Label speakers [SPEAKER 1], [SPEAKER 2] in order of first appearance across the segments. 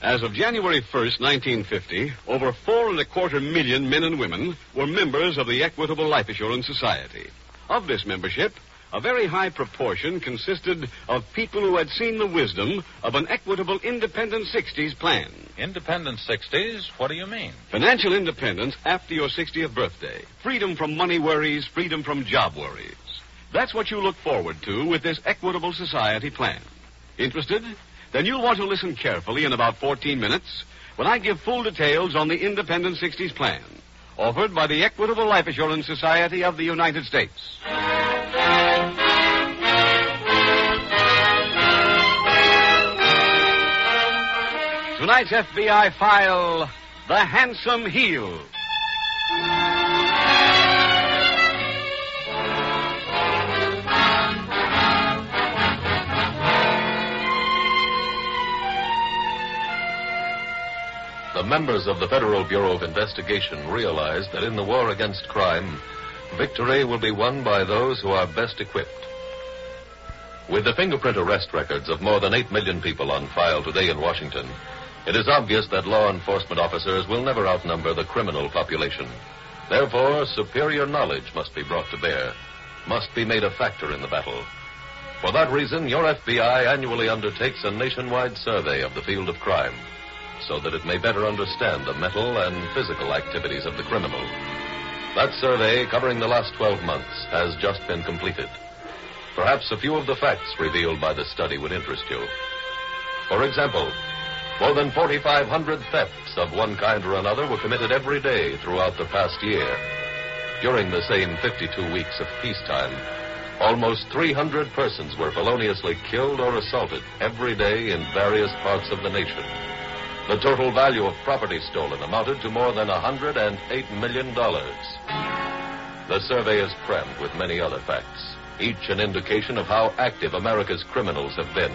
[SPEAKER 1] As of January 1st, 1950, over four and a quarter million men and women were members of the Equitable Life Assurance Society. Of this membership, a very high proportion consisted of people who had seen the wisdom of an equitable independent 60s plan.
[SPEAKER 2] Independent 60s? What do you mean?
[SPEAKER 1] Financial independence after your 60th birthday. Freedom from money worries, freedom from job worries. That's what you look forward to with this Equitable Society plan. Interested? Then you'll want to listen carefully in about 14 minutes when I give full details on the Independent 60s plan, offered by the Equitable Life Assurance Society of the United States. Tonight's FBI file The Handsome Heel.
[SPEAKER 3] The members of the Federal Bureau of Investigation realize that in the war against crime, victory will be won by those who are best equipped. With the fingerprint arrest records of more than 8 million people on file today in Washington, it is obvious that law enforcement officers will never outnumber the criminal population. Therefore, superior knowledge must be brought to bear, must be made a factor in the battle. For that reason, your FBI annually undertakes a nationwide survey of the field of crime so that it may better understand the mental and physical activities of the criminal. That survey, covering the last 12 months, has just been completed. Perhaps a few of the facts revealed by the study would interest you. For example, more than 4,500 thefts of one kind or another were committed every day throughout the past year. During the same 52 weeks of peacetime, almost 300 persons were feloniously killed or assaulted every day in various parts of the nation. The total value of property stolen amounted to more than $108 million. The survey is crammed with many other facts, each an indication of how active America's criminals have been.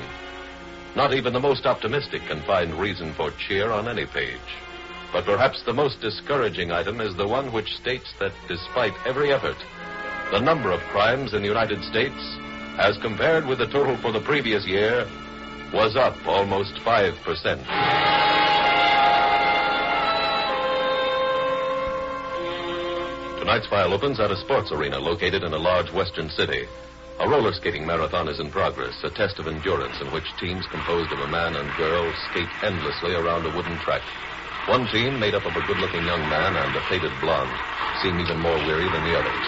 [SPEAKER 3] Not even the most optimistic can find reason for cheer on any page. But perhaps the most discouraging item is the one which states that despite every effort, the number of crimes in the United States, as compared with the total for the previous year, was up almost 5%. Tonight's file opens at a sports arena located in a large western city. A roller skating marathon is in progress, a test of endurance in which teams composed of a man and girl skate endlessly around a wooden track. One team, made up of a good looking young man and a faded blonde, seemed even more weary than the others.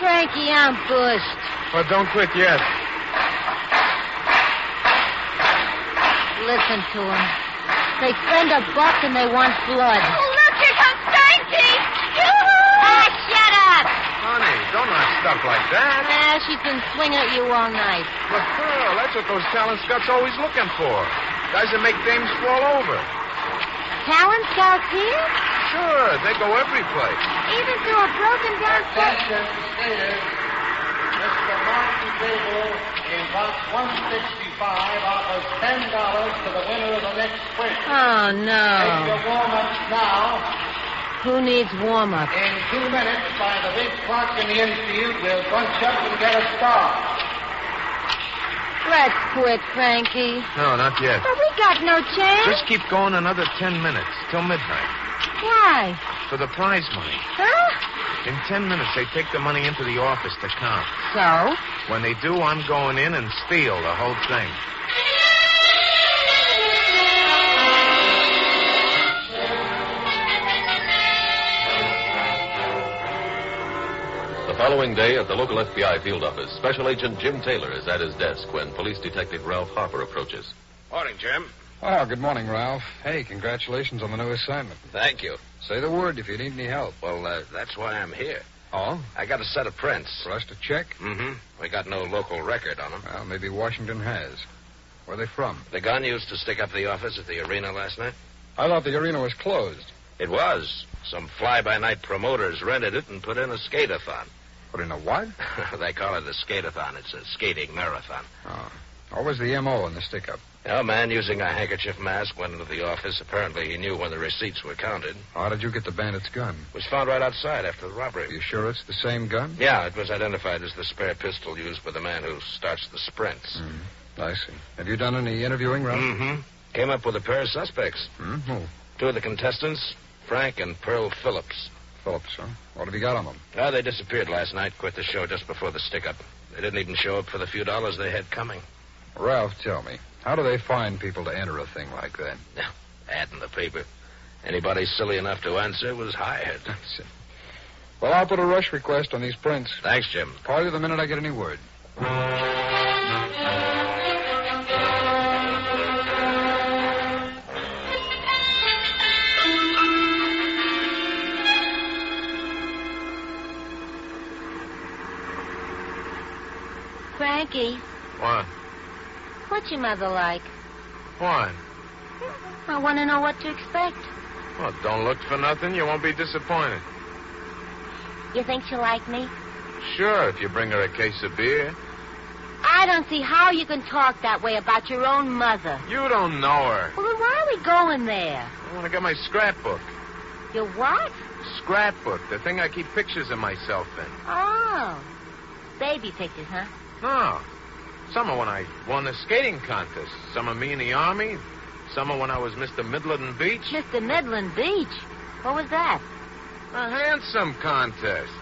[SPEAKER 4] Frankie, I'm bushed.
[SPEAKER 5] Well, don't quit yet.
[SPEAKER 4] Listen to them. They fend a buck and they want blood. Oh, look, here comes Frankie! Ah, shut up!
[SPEAKER 5] Honey, don't knock stuff like that.
[SPEAKER 4] Nah, she's been swinging at you all night.
[SPEAKER 5] Look, girl, that's what those talent scouts always looking for. Guys that make dames fall over.
[SPEAKER 4] Talent scouts here?
[SPEAKER 5] Sure, they go every place.
[SPEAKER 4] Even through a broken down
[SPEAKER 6] Attention, skaters. Mr. Martin Zabel in box 165 offers $10 to the winner of the next quiz.
[SPEAKER 4] Oh,
[SPEAKER 6] Make your
[SPEAKER 4] no.
[SPEAKER 6] warm-ups now.
[SPEAKER 4] Who needs warm up?
[SPEAKER 6] In two minutes, by the big clock in the infield, we'll bunch up and get a start.
[SPEAKER 4] Let's quit, Frankie.
[SPEAKER 5] No, not yet.
[SPEAKER 4] But we got no chance.
[SPEAKER 5] Just keep going another ten minutes till midnight
[SPEAKER 4] Why?
[SPEAKER 5] for the prize money.
[SPEAKER 4] Huh?
[SPEAKER 5] In ten minutes, they take the money into the office to count.
[SPEAKER 4] So?
[SPEAKER 5] When they do, I'm going in and steal the whole thing.
[SPEAKER 3] The following day at the local FBI field office, Special Agent Jim Taylor is at his desk when Police Detective Ralph Harper approaches.
[SPEAKER 2] Morning, Jim.
[SPEAKER 7] Well, good morning, Ralph. Hey, congratulations on the new assignment.
[SPEAKER 2] Thank you.
[SPEAKER 7] Say the word if you need any help.
[SPEAKER 2] Well, uh, that's why I'm here.
[SPEAKER 7] Oh?
[SPEAKER 2] I got a set of prints.
[SPEAKER 7] For us to check?
[SPEAKER 2] Mm-hmm. We got no local record on them.
[SPEAKER 7] Well, maybe Washington has. Where are they from?
[SPEAKER 2] The gun used to stick up the office at the arena last night.
[SPEAKER 7] I thought the arena was closed.
[SPEAKER 2] It was. Some fly-by-night promoters rented it and put in a skate-a-thon.
[SPEAKER 7] Put in a what?
[SPEAKER 2] they call it a skate-a-thon. It's a skating marathon.
[SPEAKER 7] Oh. What was the M.O. in the stick up?
[SPEAKER 2] A man using a handkerchief mask went into the office. Apparently, he knew when the receipts were counted.
[SPEAKER 7] Oh, How did you get the bandit's gun?
[SPEAKER 2] Was found right outside after the robbery.
[SPEAKER 7] Are you sure it's the same gun?
[SPEAKER 2] Yeah, it was identified as the spare pistol used by the man who starts the sprints.
[SPEAKER 7] I see. Have you done any interviewing, Ralph?
[SPEAKER 2] Mm-hmm. Came up with a pair of suspects.
[SPEAKER 7] Hmm? Who?
[SPEAKER 2] Two of the contestants, Frank and Pearl Phillips.
[SPEAKER 7] Phillips, huh? What have you got on them?
[SPEAKER 2] Now, they disappeared last night, quit the show just before the stick-up. They didn't even show up for the few dollars they had coming.
[SPEAKER 7] Ralph, tell me. How do they find people to enter a thing like that?
[SPEAKER 2] Ad in the paper. Anybody silly enough to answer was hired.
[SPEAKER 7] I see. Well, I'll put a rush request on these prints.
[SPEAKER 2] Thanks, Jim.
[SPEAKER 7] Call you the minute I get any word.
[SPEAKER 4] Frankie,
[SPEAKER 5] Why?
[SPEAKER 4] what's your mother like?
[SPEAKER 5] Why?
[SPEAKER 4] I want to know what to expect.
[SPEAKER 5] Well, don't look for nothing. You won't be disappointed.
[SPEAKER 4] You think she'll like me?
[SPEAKER 5] Sure, if you bring her a case of beer.
[SPEAKER 4] I don't see how you can talk that way about your own mother.
[SPEAKER 5] You don't know her.
[SPEAKER 4] Well, then why are we going there?
[SPEAKER 5] I want to get my scrapbook.
[SPEAKER 4] Your what?
[SPEAKER 5] Scrapbook, the thing I keep pictures of myself in.
[SPEAKER 4] Oh. Baby pictures, huh?
[SPEAKER 5] No. Ah, Some of when I won the skating contest. Some of me in the army. Some of when I was Mr. Midland Beach.
[SPEAKER 4] Mr. Midland Beach. What was that?
[SPEAKER 5] A handsome contest.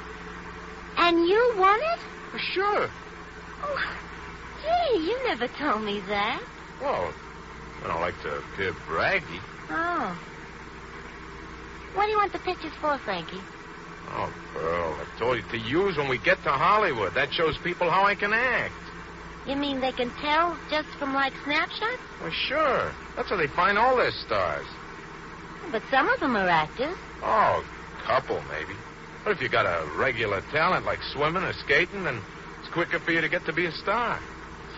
[SPEAKER 4] And you won it?
[SPEAKER 5] Uh, Sure.
[SPEAKER 4] Oh, gee, you never told me that.
[SPEAKER 5] Well, I don't like to appear braggy.
[SPEAKER 4] Oh. What do you want the pictures for, Frankie?
[SPEAKER 5] Oh, Pearl, I told you to use when we get to Hollywood. That shows people how I can act.
[SPEAKER 4] You mean they can tell just from, like, snapshots?
[SPEAKER 5] Well, sure. That's where they find all their stars.
[SPEAKER 4] But some of them are actors.
[SPEAKER 5] Oh, couple, maybe. But if you got a regular talent like swimming or skating, then it's quicker for you to get to be a star.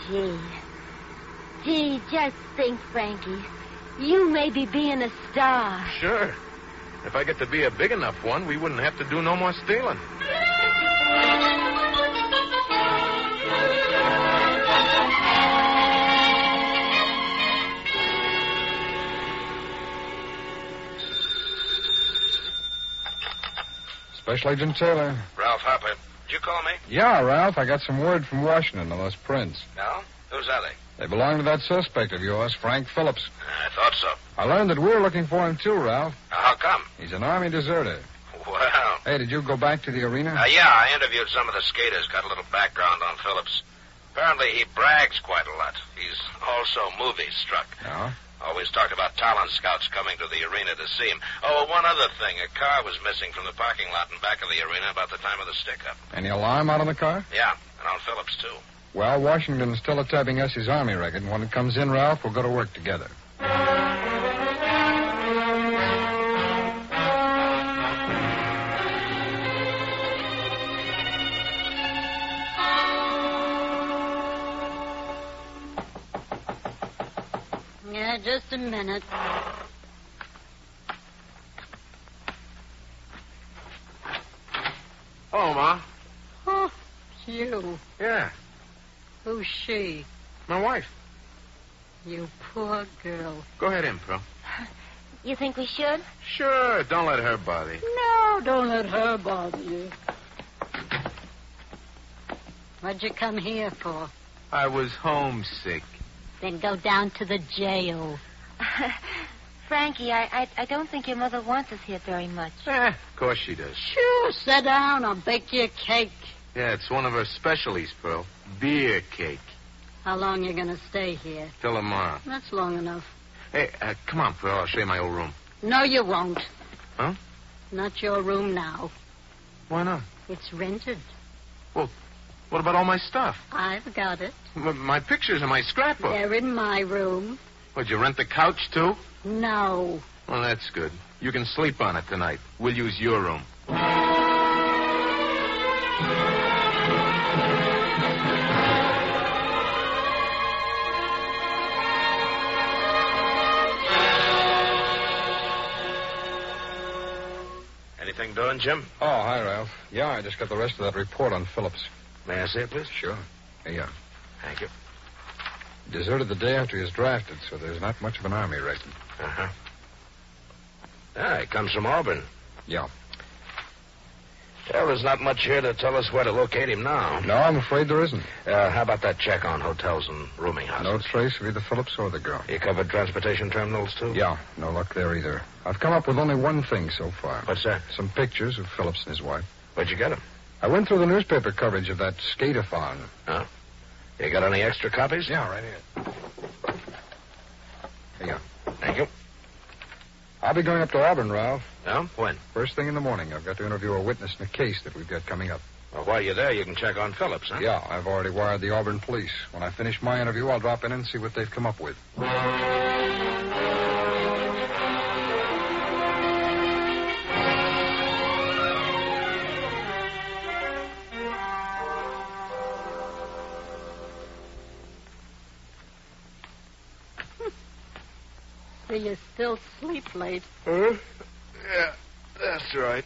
[SPEAKER 4] Gee. Gee, just think, Frankie. You may be being a star.
[SPEAKER 5] Sure. If I get to be a big enough one, we wouldn't have to do no more stealing.
[SPEAKER 7] Special Agent Taylor.
[SPEAKER 8] Ralph Harper, did you call me?
[SPEAKER 7] Yeah, Ralph, I got some word from Washington on those prints.
[SPEAKER 8] No? Who's that? they?
[SPEAKER 7] They belong to that suspect of yours, Frank Phillips.
[SPEAKER 8] I thought so.
[SPEAKER 7] I learned that we're looking for him, too, Ralph.
[SPEAKER 8] Now, how come?
[SPEAKER 7] He's an Army deserter.
[SPEAKER 8] Well,
[SPEAKER 7] Hey, did you go back to the arena?
[SPEAKER 8] uh, yeah, I interviewed some of the skaters. Got a little background on Phillips. Apparently, he brags quite a lot. He's also movie struck.
[SPEAKER 7] No.
[SPEAKER 2] Always talked about talent scouts coming to the arena to see him. Oh, one other thing. A car was missing from the parking lot in back of the arena about the time of the stick up.
[SPEAKER 7] Any alarm out on the car?
[SPEAKER 2] Yeah, and on Phillips, too.
[SPEAKER 7] Well, Washington's still attempting us his army record, and when it comes in, Ralph, we'll go to work together.
[SPEAKER 9] Yeah, just a minute.
[SPEAKER 5] Hello, Ma.
[SPEAKER 9] Oh, it's you.
[SPEAKER 5] Yeah,
[SPEAKER 9] Who's she?
[SPEAKER 5] my wife.
[SPEAKER 9] You poor girl.
[SPEAKER 5] Go ahead in, Pro.
[SPEAKER 4] You think we should?
[SPEAKER 5] Sure, don't let her bother you.
[SPEAKER 9] No, don't let her bother you. What'd you come here for?
[SPEAKER 5] I was homesick.
[SPEAKER 9] Then go down to the jail.
[SPEAKER 4] Frankie, I, I I don't think your mother wants us here very much.
[SPEAKER 5] Eh, of course she does.
[SPEAKER 9] Sure, Oh, sit down. I'll bake you a cake.
[SPEAKER 5] Yeah, it's one of her specialties, Pearl. Beer cake.
[SPEAKER 9] How long you gonna stay here?
[SPEAKER 5] Till tomorrow.
[SPEAKER 9] That's long enough.
[SPEAKER 5] Hey, uh, come on, Pearl. I'll show you my old room.
[SPEAKER 9] No, you won't.
[SPEAKER 5] Huh?
[SPEAKER 9] Not your room now.
[SPEAKER 5] Why not?
[SPEAKER 9] It's rented.
[SPEAKER 5] What about all my stuff?
[SPEAKER 9] I've got it.
[SPEAKER 5] M- my pictures and my scrapbook.
[SPEAKER 9] They're in my room.
[SPEAKER 5] Would you rent the couch, too?
[SPEAKER 9] No.
[SPEAKER 5] Well, that's good. You can sleep on it tonight. We'll use your room.
[SPEAKER 2] Anything doing, Jim?
[SPEAKER 7] Oh, hi, Ralph. Yeah, I just got the rest of that report on Phillips.
[SPEAKER 2] May I see it, please?
[SPEAKER 7] Sure. Yeah.
[SPEAKER 2] Thank you.
[SPEAKER 7] Deserted the day after he was drafted, so there's not much of an army record.
[SPEAKER 2] Uh huh. Ah, he comes from Auburn.
[SPEAKER 7] Yeah.
[SPEAKER 2] Well, there's not much here to tell us where to locate him now.
[SPEAKER 7] No, I'm afraid there isn't.
[SPEAKER 2] Uh, how about that check on hotels and rooming houses?
[SPEAKER 7] No trace of either Phillips or the girl.
[SPEAKER 2] You covered transportation terminals, too?
[SPEAKER 7] Yeah, no luck there either. I've come up with only one thing so far.
[SPEAKER 2] What's that?
[SPEAKER 7] Some pictures of Phillips and his wife.
[SPEAKER 2] Where'd you get him?
[SPEAKER 7] I went through the newspaper coverage of that skate-a-thon.
[SPEAKER 2] You got any extra copies?
[SPEAKER 7] Yeah, right here. Here you are.
[SPEAKER 2] Thank you.
[SPEAKER 7] I'll be going up to Auburn, Ralph.
[SPEAKER 2] No? When?
[SPEAKER 7] First thing in the morning. I've got to interview a witness in a case that we've got coming up.
[SPEAKER 2] Well, while you're there, you can check on Phillips, huh?
[SPEAKER 7] Yeah, I've already wired the Auburn police. When I finish my interview, I'll drop in and see what they've come up with.
[SPEAKER 9] Do you still sleep late?
[SPEAKER 5] Huh? Yeah, that's right.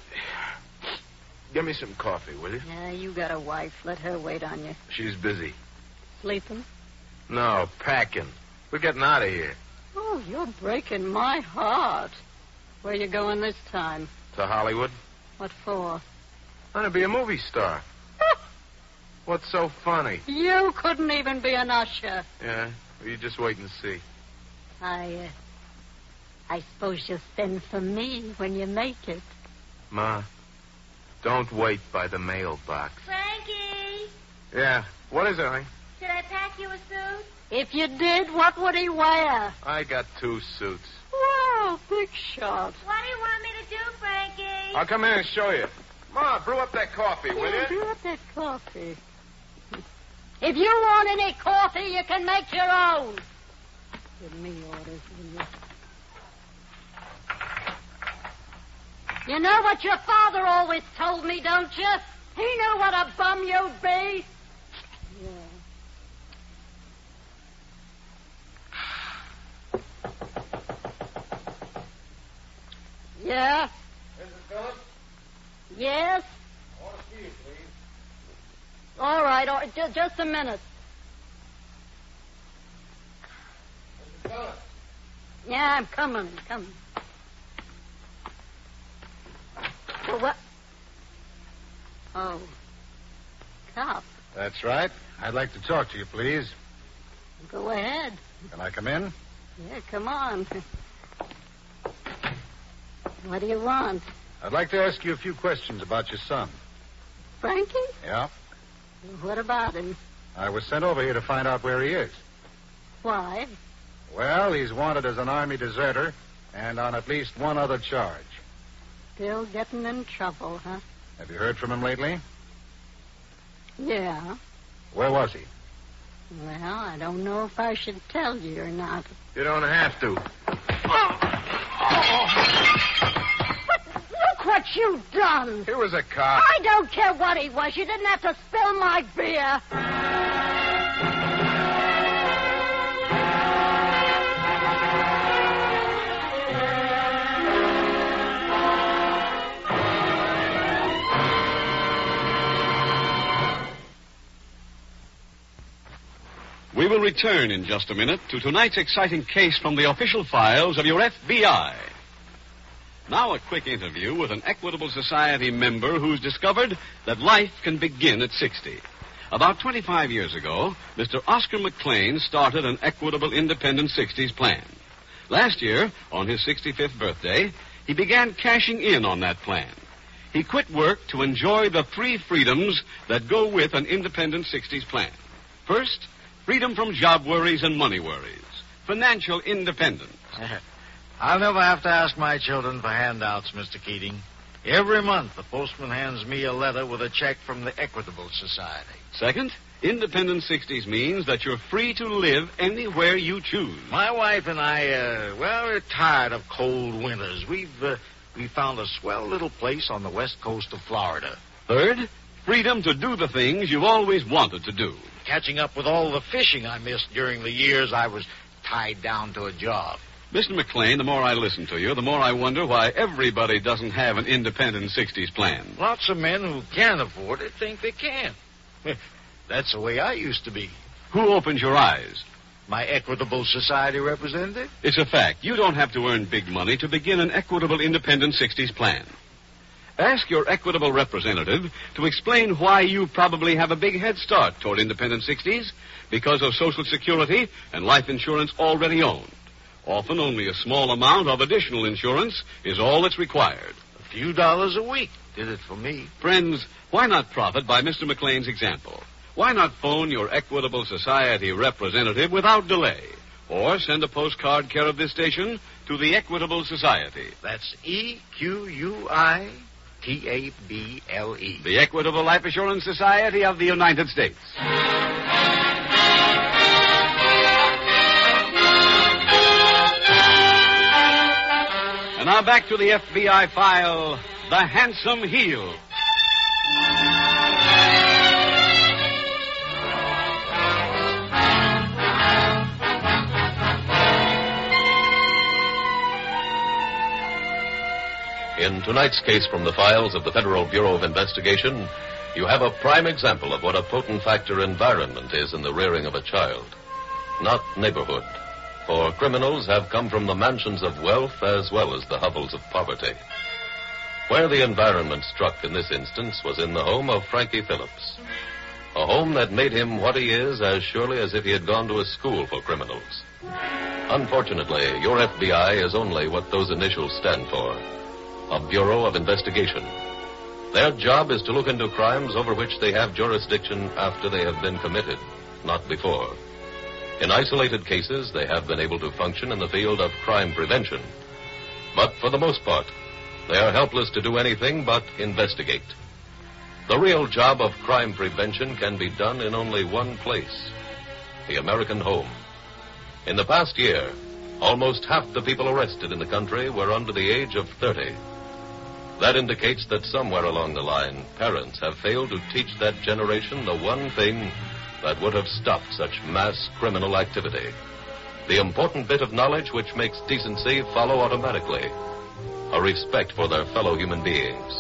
[SPEAKER 5] Get me some coffee, will you?
[SPEAKER 9] Yeah, you got a wife. Let her wait on you.
[SPEAKER 5] She's busy.
[SPEAKER 9] Sleeping?
[SPEAKER 5] No, packing. We're getting out of here.
[SPEAKER 9] Oh, you're breaking my heart. Where you going this time?
[SPEAKER 5] To Hollywood?
[SPEAKER 9] What for?
[SPEAKER 5] I'm going to be a movie star. What's so funny?
[SPEAKER 9] You couldn't even be an usher.
[SPEAKER 5] Yeah, well, you just wait and see.
[SPEAKER 9] I, uh, I suppose you'll send for me when you make it.
[SPEAKER 5] Ma, don't wait by the mailbox.
[SPEAKER 4] Frankie,
[SPEAKER 5] Yeah, what is it, honey?
[SPEAKER 4] should I pack you a suit?
[SPEAKER 9] If you did, what would he wear?
[SPEAKER 5] I got two suits.
[SPEAKER 9] Wow, big shot.
[SPEAKER 4] What do you want me to do, Frankie?
[SPEAKER 5] I'll come in and show you. Ma, brew up that coffee, will
[SPEAKER 9] Yeah,
[SPEAKER 5] you?
[SPEAKER 9] brew up that coffee. If you want any coffee, you can make your own. Give me orders, will you? You know what your father always told me, don't you? He knew what a bum you'd be. Yeah. Yeah?
[SPEAKER 6] Mrs. Phillips,
[SPEAKER 9] Yes?
[SPEAKER 6] I want to see you, please.
[SPEAKER 9] All right, all right ju- just a minute.
[SPEAKER 6] Mrs. Phillips.
[SPEAKER 9] Yeah, I'm coming. I'm coming. Well, what? Oh. Cop,
[SPEAKER 7] That's right. I'd like to talk to you, please.
[SPEAKER 9] go ahead.
[SPEAKER 7] Can I come in?
[SPEAKER 9] Yeah, come on. What do you want?
[SPEAKER 7] I'd like to ask you a few questions about your son.
[SPEAKER 9] Frankie?
[SPEAKER 7] Yeah?
[SPEAKER 9] What about him?
[SPEAKER 7] I was sent over here to find out where he is.
[SPEAKER 9] Why?
[SPEAKER 7] Well, he's wanted as an Army deserter and on at least one other charge.
[SPEAKER 9] Still getting in trouble, huh?
[SPEAKER 7] Have you heard from him lately?
[SPEAKER 9] Yeah.
[SPEAKER 7] Where was he?
[SPEAKER 9] Well, I don't know if I should tell you or not.
[SPEAKER 5] You don't have to.
[SPEAKER 9] Look what you done!
[SPEAKER 5] He was a cop.
[SPEAKER 9] I don't care what he was. You didn't have to spill my beer.
[SPEAKER 1] We will return in just a minute to tonight's exciting case from the official files of your FBI. Now, a quick interview with an Equitable Society member who's discovered that life can begin at 60. About 25 years ago, Mr. Oscar McLean started an Equitable Independent 60s plan. Last year, on his 65th birthday, he began cashing in on that plan. He quit work to enjoy the three freedoms that go with an Independent 60s plan. First, freedom from job worries and money worries, financial independence.
[SPEAKER 10] I'll never have to ask my children for handouts, Mr. Keating. Every month, the postman hands me a letter with a check from the Equitable Society.
[SPEAKER 1] Second, Independent 60s means that you're free to live anywhere you choose.
[SPEAKER 10] My wife and I, uh, well, we're tired of cold winters. We've uh, we found a swell little place on the west coast of Florida.
[SPEAKER 1] Third, freedom to do the things you've always wanted to do.
[SPEAKER 10] Catching up with all the fishing I missed during the years I was tied down to a job.
[SPEAKER 1] Mr. McLean, the more I listen to you, the more I wonder why everybody doesn't have an Independent 60s plan.
[SPEAKER 10] Lots of men who can afford it think they can. That's the way I used to be.
[SPEAKER 1] Who opens your eyes?
[SPEAKER 10] My Equitable Society representative?
[SPEAKER 1] It's a fact. You don't have to earn big money to begin an Equitable Independent 60s plan. Ask your Equitable representative to explain why you probably have a big head start toward Independent 60s because of Social Security and life insurance already owned. Often only a small amount of additional insurance is all that's required.
[SPEAKER 10] A few dollars a week did it for me.
[SPEAKER 1] Friends, why not profit by Mr. McLean's example? Why not phone your Equitable Society representative without delay? Or send a postcard care of this station to the Equitable Society.
[SPEAKER 10] That's E Q U I T A B L E.
[SPEAKER 1] The Equitable Life Assurance Society of the United States. And now back to the FBI file The Handsome Heel.
[SPEAKER 3] In tonight's case from the files of the Federal Bureau of Investigation, you have a prime example of what a potent factor environment is in the rearing of a child. Not neighborhood, for criminals have come from the mansions of wealth as well as the hovels of poverty. Where the environment struck in this instance was in the home of Frankie Phillips. A home that made him what he is as surely as if he had gone to a school for criminals. Unfortunately, your FBI is only what those initials stand for a Bureau of Investigation. Their job is to look into crimes over which they have jurisdiction after they have been committed, not before. In isolated cases, they have been able to function in the field of crime prevention. But for the most part, they are helpless to do anything but investigate. The real job of crime prevention can be done in only one place the American home. In the past year, almost half the people arrested in the country were under the age of 30. That indicates that somewhere along the line, parents have failed to teach that generation the one thing that would have stopped such mass criminal activity. The important bit of knowledge which makes decency follow automatically a respect for their fellow human beings.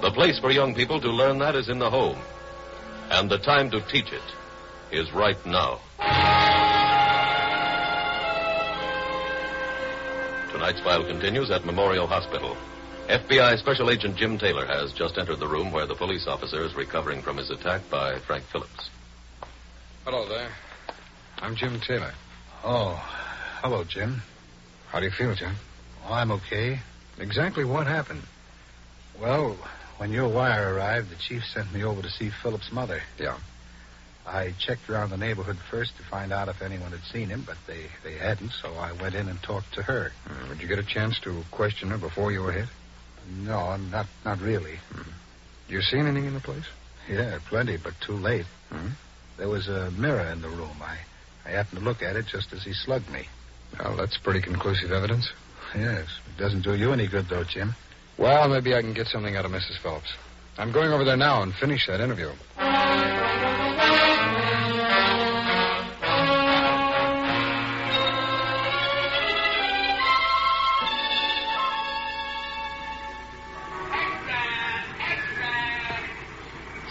[SPEAKER 3] The place for young people to learn that is in the home, and the time to teach it is right now. Tonight's file continues at Memorial Hospital. FBI Special Agent Jim Taylor has just entered the room where the police officer is recovering from his attack by Frank Phillips.
[SPEAKER 7] Hello there. I'm Jim Taylor. Oh, hello, Jim. How do you feel, Jim? Oh, I'm okay. Exactly what happened? Well, when your wire arrived, the chief sent me over to see Philip's mother.
[SPEAKER 11] Yeah.
[SPEAKER 7] I checked around the neighborhood first to find out if anyone had seen him, but they, they hadn't, so I went in and talked to her.
[SPEAKER 2] Did Hmm, you get a chance to question her before you were hit? Hmm.
[SPEAKER 7] No, not not really.
[SPEAKER 2] You seen anything in the place?
[SPEAKER 7] Yeah, plenty, but too late.
[SPEAKER 2] Hmm?
[SPEAKER 7] There was a mirror in the room. I, I happened to look at it just as he slugged me.
[SPEAKER 2] Well, that's pretty conclusive evidence.
[SPEAKER 7] Yes, it doesn't do you any good, though, Jim.
[SPEAKER 2] Well, maybe I can get something out of Mrs. Phillips. I'm going over there now and finish that interview.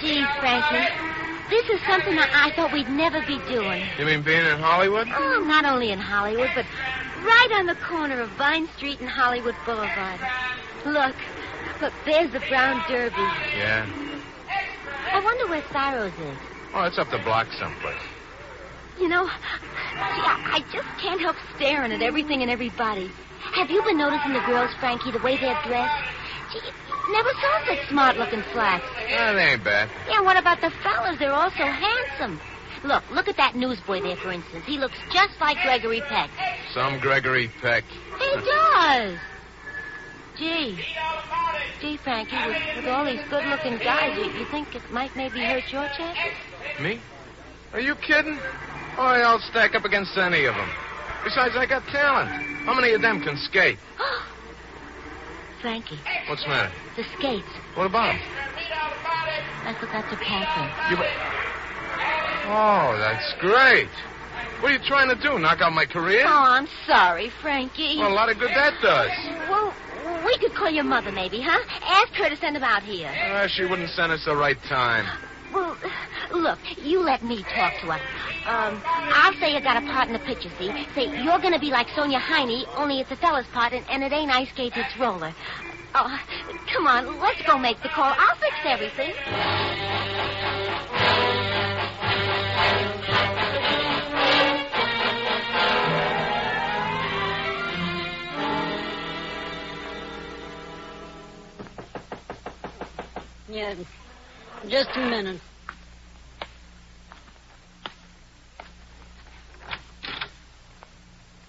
[SPEAKER 4] Gee, Frankie, this is something I, I thought we'd never be doing.
[SPEAKER 5] You mean being in Hollywood?
[SPEAKER 4] Oh, not only in Hollywood, but right on the corner of Vine Street and Hollywood Boulevard. Look, look, there's the Brown Derby.
[SPEAKER 5] Yeah.
[SPEAKER 4] I wonder where Thyros is.
[SPEAKER 5] Oh, it's up the block someplace.
[SPEAKER 4] You know, gee, I, I just can't help staring at everything and everybody. Have you been noticing the girls, Frankie, the way they're dressed? Gee, never saw such smart-looking flats.
[SPEAKER 5] Well, they ain't bad.
[SPEAKER 4] Yeah, what about the fellas? They're all so handsome. Look, look at that newsboy there, for instance. He looks just like Gregory Peck.
[SPEAKER 5] Some Gregory Peck.
[SPEAKER 4] He does. Gee. Gee, Frankie, with, with all these good looking guys, you, you think it might maybe hurt your chances?
[SPEAKER 5] Me? Are you kidding? Oh, I'll stack up against any of them. Besides, I got talent. How many of them can skate?
[SPEAKER 4] Frankie,
[SPEAKER 5] What's the matter?
[SPEAKER 4] the skates.
[SPEAKER 5] What about them?
[SPEAKER 4] I forgot to pack them.
[SPEAKER 5] Oh, that's great. What are you trying to do? Knock out my career?
[SPEAKER 4] Oh, I'm sorry, Frankie.
[SPEAKER 5] Well, a lot of good that does.
[SPEAKER 4] Well, we could call your mother, maybe, huh? Ask her to send them out here.
[SPEAKER 5] Ah, she wouldn't send us the right time.
[SPEAKER 4] Well, look, you let me talk to her. Um, I'll say you got a part in the picture, see? Say, you're going to be like Sonia Heine, only it's a fella's part, and, and it ain't ice skates, it's roller. Oh, come on, let's go make the call. I'll fix everything.
[SPEAKER 9] Yeah. Just a minute.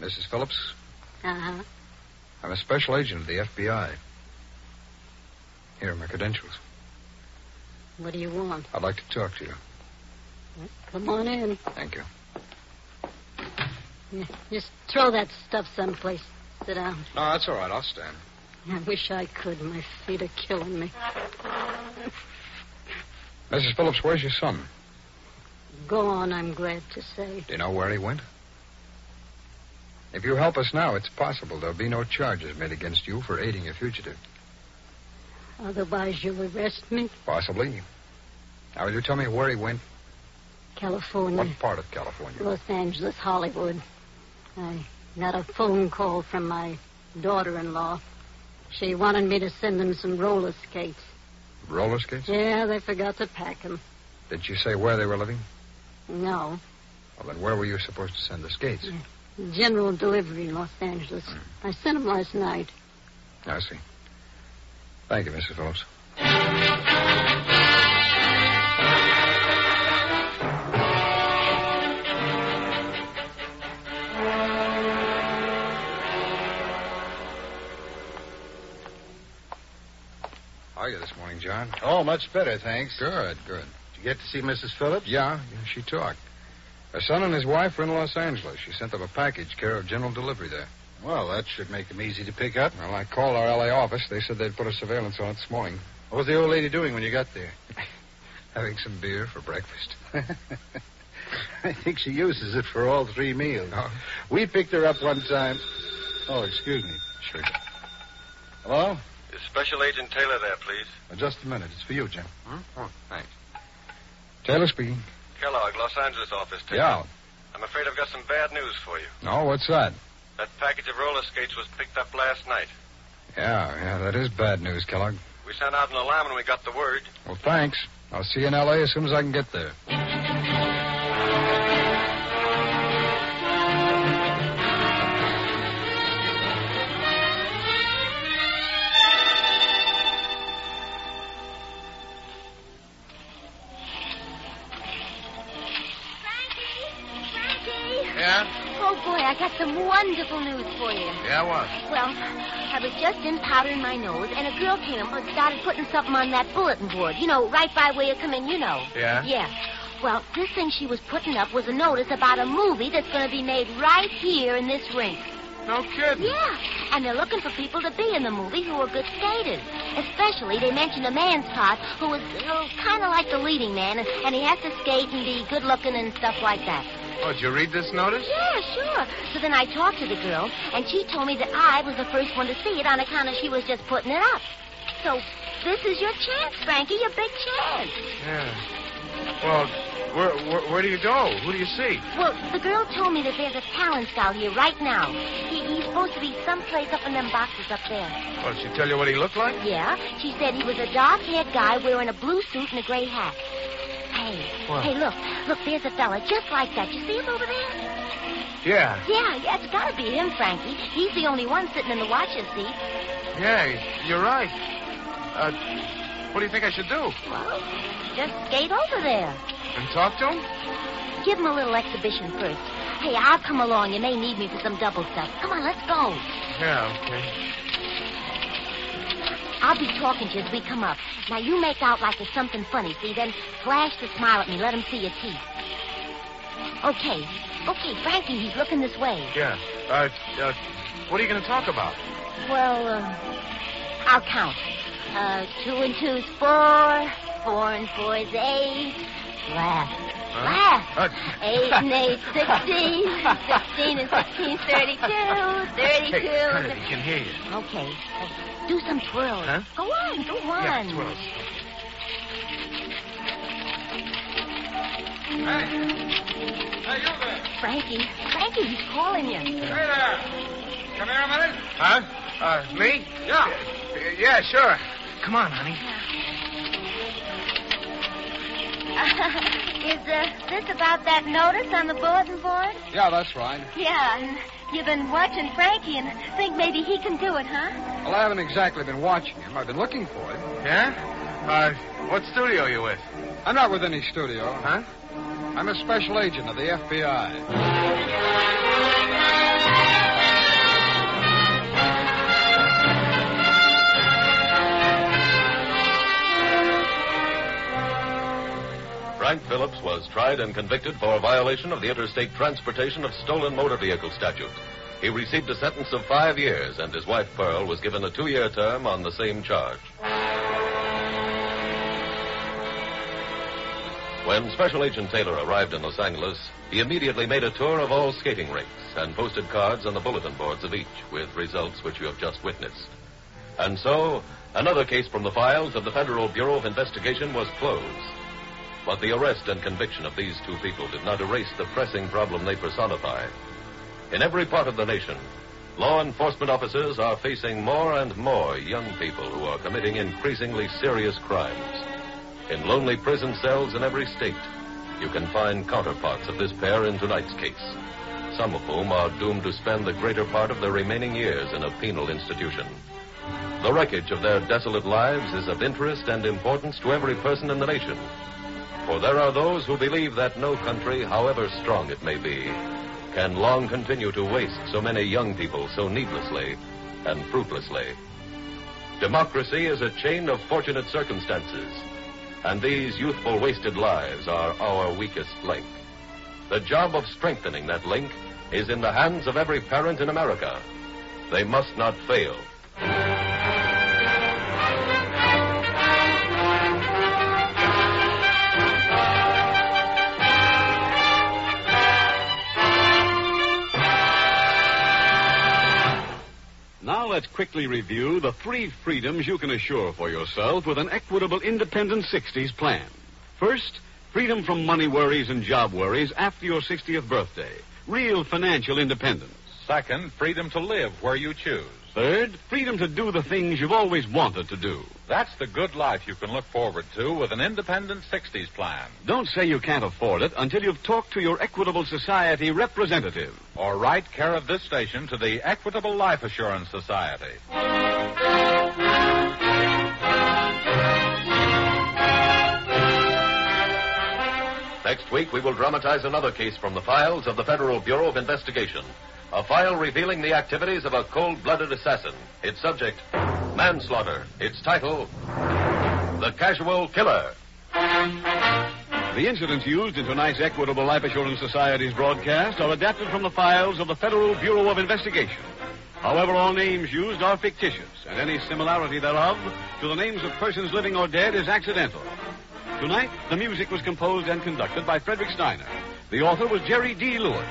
[SPEAKER 7] Mrs. Phillips,
[SPEAKER 9] Uh-huh.
[SPEAKER 7] I'm a special agent of the FBI. Here are my credentials.
[SPEAKER 9] What do you want?
[SPEAKER 7] I'd like to talk to you.
[SPEAKER 9] Come on in.
[SPEAKER 7] Thank you.
[SPEAKER 9] Yeah, Just throw that stuff someplace. Sit down.
[SPEAKER 7] No, that's all right. I'll stand.
[SPEAKER 9] I wish I could. My feet are killing me.
[SPEAKER 7] Mrs. Phillips, where's your son?
[SPEAKER 9] Go on, I'm glad to say.
[SPEAKER 7] Do you know where he went? If you help us now, it's possible there'll be no charges made against you for aiding a fugitive.
[SPEAKER 9] Otherwise, you'll arrest me.
[SPEAKER 7] Possibly. Now, will you tell me where he went?
[SPEAKER 9] California,
[SPEAKER 7] What part of California?
[SPEAKER 9] Los Angeles, Hollywood. I got a phone call from my daughter in law. She wanted me to send them some roller skates.
[SPEAKER 7] Roller skates?
[SPEAKER 9] Yeah, they forgot to pack them.
[SPEAKER 7] Did you say where they were living?
[SPEAKER 9] No.
[SPEAKER 7] Well, then where were you supposed to send the skates?
[SPEAKER 9] General delivery in Los Angeles. I sent him last night.
[SPEAKER 7] I see. Thank you, Mrs. Phillips. How are you this morning, John?
[SPEAKER 2] Oh, much better, thanks.
[SPEAKER 7] Good, good.
[SPEAKER 2] Did you get to see Mrs. Phillips?
[SPEAKER 7] Yeah, yeah, she talked. Her son and his wife were in Los Angeles. She sent them a package care of general delivery there.
[SPEAKER 2] Well, that should make them easy to pick up.
[SPEAKER 7] Well, I called our LA office. They said they'd put a surveillance on it this morning.
[SPEAKER 2] What was the old lady doing when you got there?
[SPEAKER 7] Having some beer for breakfast.
[SPEAKER 2] I think she uses it for all three meals.
[SPEAKER 7] Oh.
[SPEAKER 2] We picked her up one time. Oh, excuse me.
[SPEAKER 7] Sure.
[SPEAKER 2] Hello?
[SPEAKER 3] Is Special Agent Taylor there, please?
[SPEAKER 2] Uh, Just a minute. It's for you, Jim.
[SPEAKER 7] Oh, thanks. Taylor speaking.
[SPEAKER 3] Kellogg, Los Angeles office,
[SPEAKER 7] Yeah.
[SPEAKER 3] Taylor. I'm afraid I've got some bad news for you.
[SPEAKER 7] Oh, what's that?
[SPEAKER 3] That package of roller skates was picked up last night.
[SPEAKER 7] Yeah, yeah, that is bad news, Kellogg.
[SPEAKER 3] We sent out an alarm when we got the word.
[SPEAKER 7] Well, thanks. I'll see you in L.A. as soon as I can get there.
[SPEAKER 4] Oh, some wonderful news for you.
[SPEAKER 10] Yeah, what?
[SPEAKER 4] Well, I was just in powdering my nose, and a girl came up and started putting something on that bulletin board. You know, right by where you come in, you know.
[SPEAKER 10] Yeah?
[SPEAKER 4] Yeah. Well, this thing she was putting up was a notice about a movie that's going to be made right here in this rink.
[SPEAKER 10] No kidding.
[SPEAKER 4] Yeah, and they're looking for people to be in the movie who are good skaters. Especially, they mentioned a man's part who is kind of like the leading man, and, and he has to skate and be good looking and stuff like that.
[SPEAKER 5] Oh, did you read this notice?
[SPEAKER 4] Yeah, sure. So then I talked to the girl, and she told me that I was the first one to see it on account of she was just putting it up. So this is your chance, Frankie, your big chance.
[SPEAKER 5] Yeah. Well, where, where, where do you go? Who do you see?
[SPEAKER 4] Well, the girl told me that there's a talent scout here right now. He, he's supposed to be someplace up in them boxes up there.
[SPEAKER 5] Well, did she tell you what he looked like?
[SPEAKER 4] Yeah, she said he was a dark-haired guy wearing a blue suit and a gray hat. Hey,
[SPEAKER 5] What?
[SPEAKER 4] hey, look, look, there's a fella just like that. You see him over there?
[SPEAKER 5] Yeah.
[SPEAKER 4] Yeah, yeah, it's gotta be him, Frankie. He's the only one sitting in the watcher's seat.
[SPEAKER 5] Yeah, you're right. Uh, what do you think I should do?
[SPEAKER 4] Well, just skate over there.
[SPEAKER 5] And talk to him?
[SPEAKER 4] Give him a little exhibition first. Hey, I'll come along. You may need me for some double stuff. Come on, let's go.
[SPEAKER 5] Yeah, okay.
[SPEAKER 4] I'll be talking to you as we come up. Now you make out like there's something funny, see? Then flash the smile at me. Let him see your teeth. Okay. Okay, Frankie, he's looking this way.
[SPEAKER 5] Yeah. Uh, uh, what are you going to talk about?
[SPEAKER 4] Well, uh, I'll count. Uh, two and two's four. Four and four's eight. Laugh. Laugh. Eight and eight's sixteen. Sixteen and sixteen's thirty-two. Thirty-two.
[SPEAKER 5] Hey, honey, they can hear you.
[SPEAKER 4] Okay. Uh, Do some twirls.
[SPEAKER 5] Huh?
[SPEAKER 4] Go on, go on.
[SPEAKER 5] Yeah, twirls.
[SPEAKER 12] Hey, you there.
[SPEAKER 4] Frankie, Frankie, he's calling you.
[SPEAKER 12] Hey there. Come here a minute.
[SPEAKER 5] Huh? Uh, me?
[SPEAKER 12] Yeah.
[SPEAKER 5] Uh, yeah, sure. Come on, honey.
[SPEAKER 4] is uh, this about that notice on the bulletin board?
[SPEAKER 7] Yeah, that's right.
[SPEAKER 4] Yeah, and you've been watching Frankie and think maybe he can do it, huh?
[SPEAKER 7] Well, I haven't exactly been watching him. I've been looking for him.
[SPEAKER 5] Yeah? Uh, what studio are you with?
[SPEAKER 7] I'm not with any studio. Huh? I'm a special agent of the FBI.
[SPEAKER 3] Frank Phillips was tried and convicted for violation of the interstate transportation of stolen motor vehicle statute. He received a sentence of five years, and his wife Pearl was given a two year term on the same charge. When Special Agent Taylor arrived in Los Angeles, he immediately made a tour of all skating rinks and posted cards on the bulletin boards of each with results which you have just witnessed. And so, another case from the files of the Federal Bureau of Investigation was closed. But the arrest and conviction of these two people did not erase the pressing problem they personify. In every part of the nation, law enforcement officers are facing more and more young people who are committing increasingly serious crimes. In lonely prison cells in every state, you can find counterparts of this pair in tonight's case, some of whom are doomed to spend the greater part of their remaining years in a penal institution. The wreckage of their desolate lives is of interest and importance to every person in the nation. For there are those who believe that no country, however strong it may be, can long continue to waste so many young people so needlessly and fruitlessly. Democracy is a chain of fortunate circumstances, and these youthful wasted lives are our weakest link. The job of strengthening that link is in the hands of every parent in America. They must not fail.
[SPEAKER 1] Now let's quickly review the three freedoms you can assure for yourself with an equitable independent 60s plan. First, freedom from money worries and job worries after your 60th birthday. Real financial independence.
[SPEAKER 13] Second, freedom to live where you choose.
[SPEAKER 1] Third, freedom to do the things you've always wanted to do.
[SPEAKER 13] That's the good life you can look forward to with an independent 60s plan.
[SPEAKER 1] Don't say you can't afford it until you've talked to your Equitable Society representative.
[SPEAKER 13] Or write care of this station to the Equitable Life Assurance Society.
[SPEAKER 3] Next week, we will dramatize another case from the files of the Federal Bureau of Investigation A file revealing the activities of a cold blooded assassin. Its subject, manslaughter. Its title, The Casual Killer.
[SPEAKER 1] The incidents used in tonight's Equitable Life Assurance Society's broadcast are adapted from the files of the Federal Bureau of Investigation. However, all names used are fictitious, and any similarity thereof to the names of persons living or dead is accidental. Tonight, the music was composed and conducted by Frederick Steiner. The author was Jerry D. Lewis.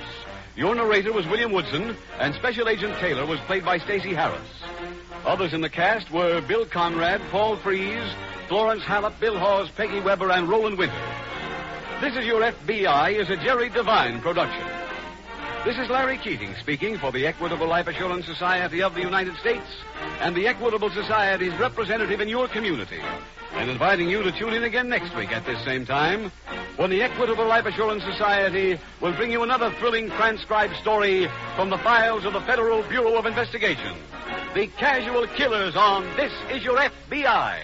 [SPEAKER 1] Your narrator was William Woodson, and Special Agent Taylor was played by Stacey Harris. Others in the cast were Bill Conrad, Paul Fries, Florence Hallop, Bill Hawes, Peggy Weber, and Roland Winter. This is Your FBI is a Jerry Devine production. This is Larry Keating speaking for the Equitable Life Assurance Society of the United States and the Equitable Society's representative in your community, and inviting you to tune in again next week at this same time when the Equitable Life Assurance Society will bring you another thrilling transcribed story from the files of the Federal Bureau of Investigation. The Casual Killers on This Is Your FBI.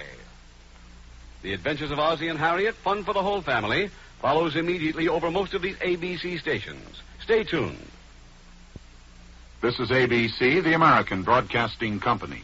[SPEAKER 1] The Adventures of Ozzie and Harriet, fun for the whole family, follows immediately over most of these ABC stations. Stay tuned.
[SPEAKER 14] This is ABC, the American Broadcasting Company.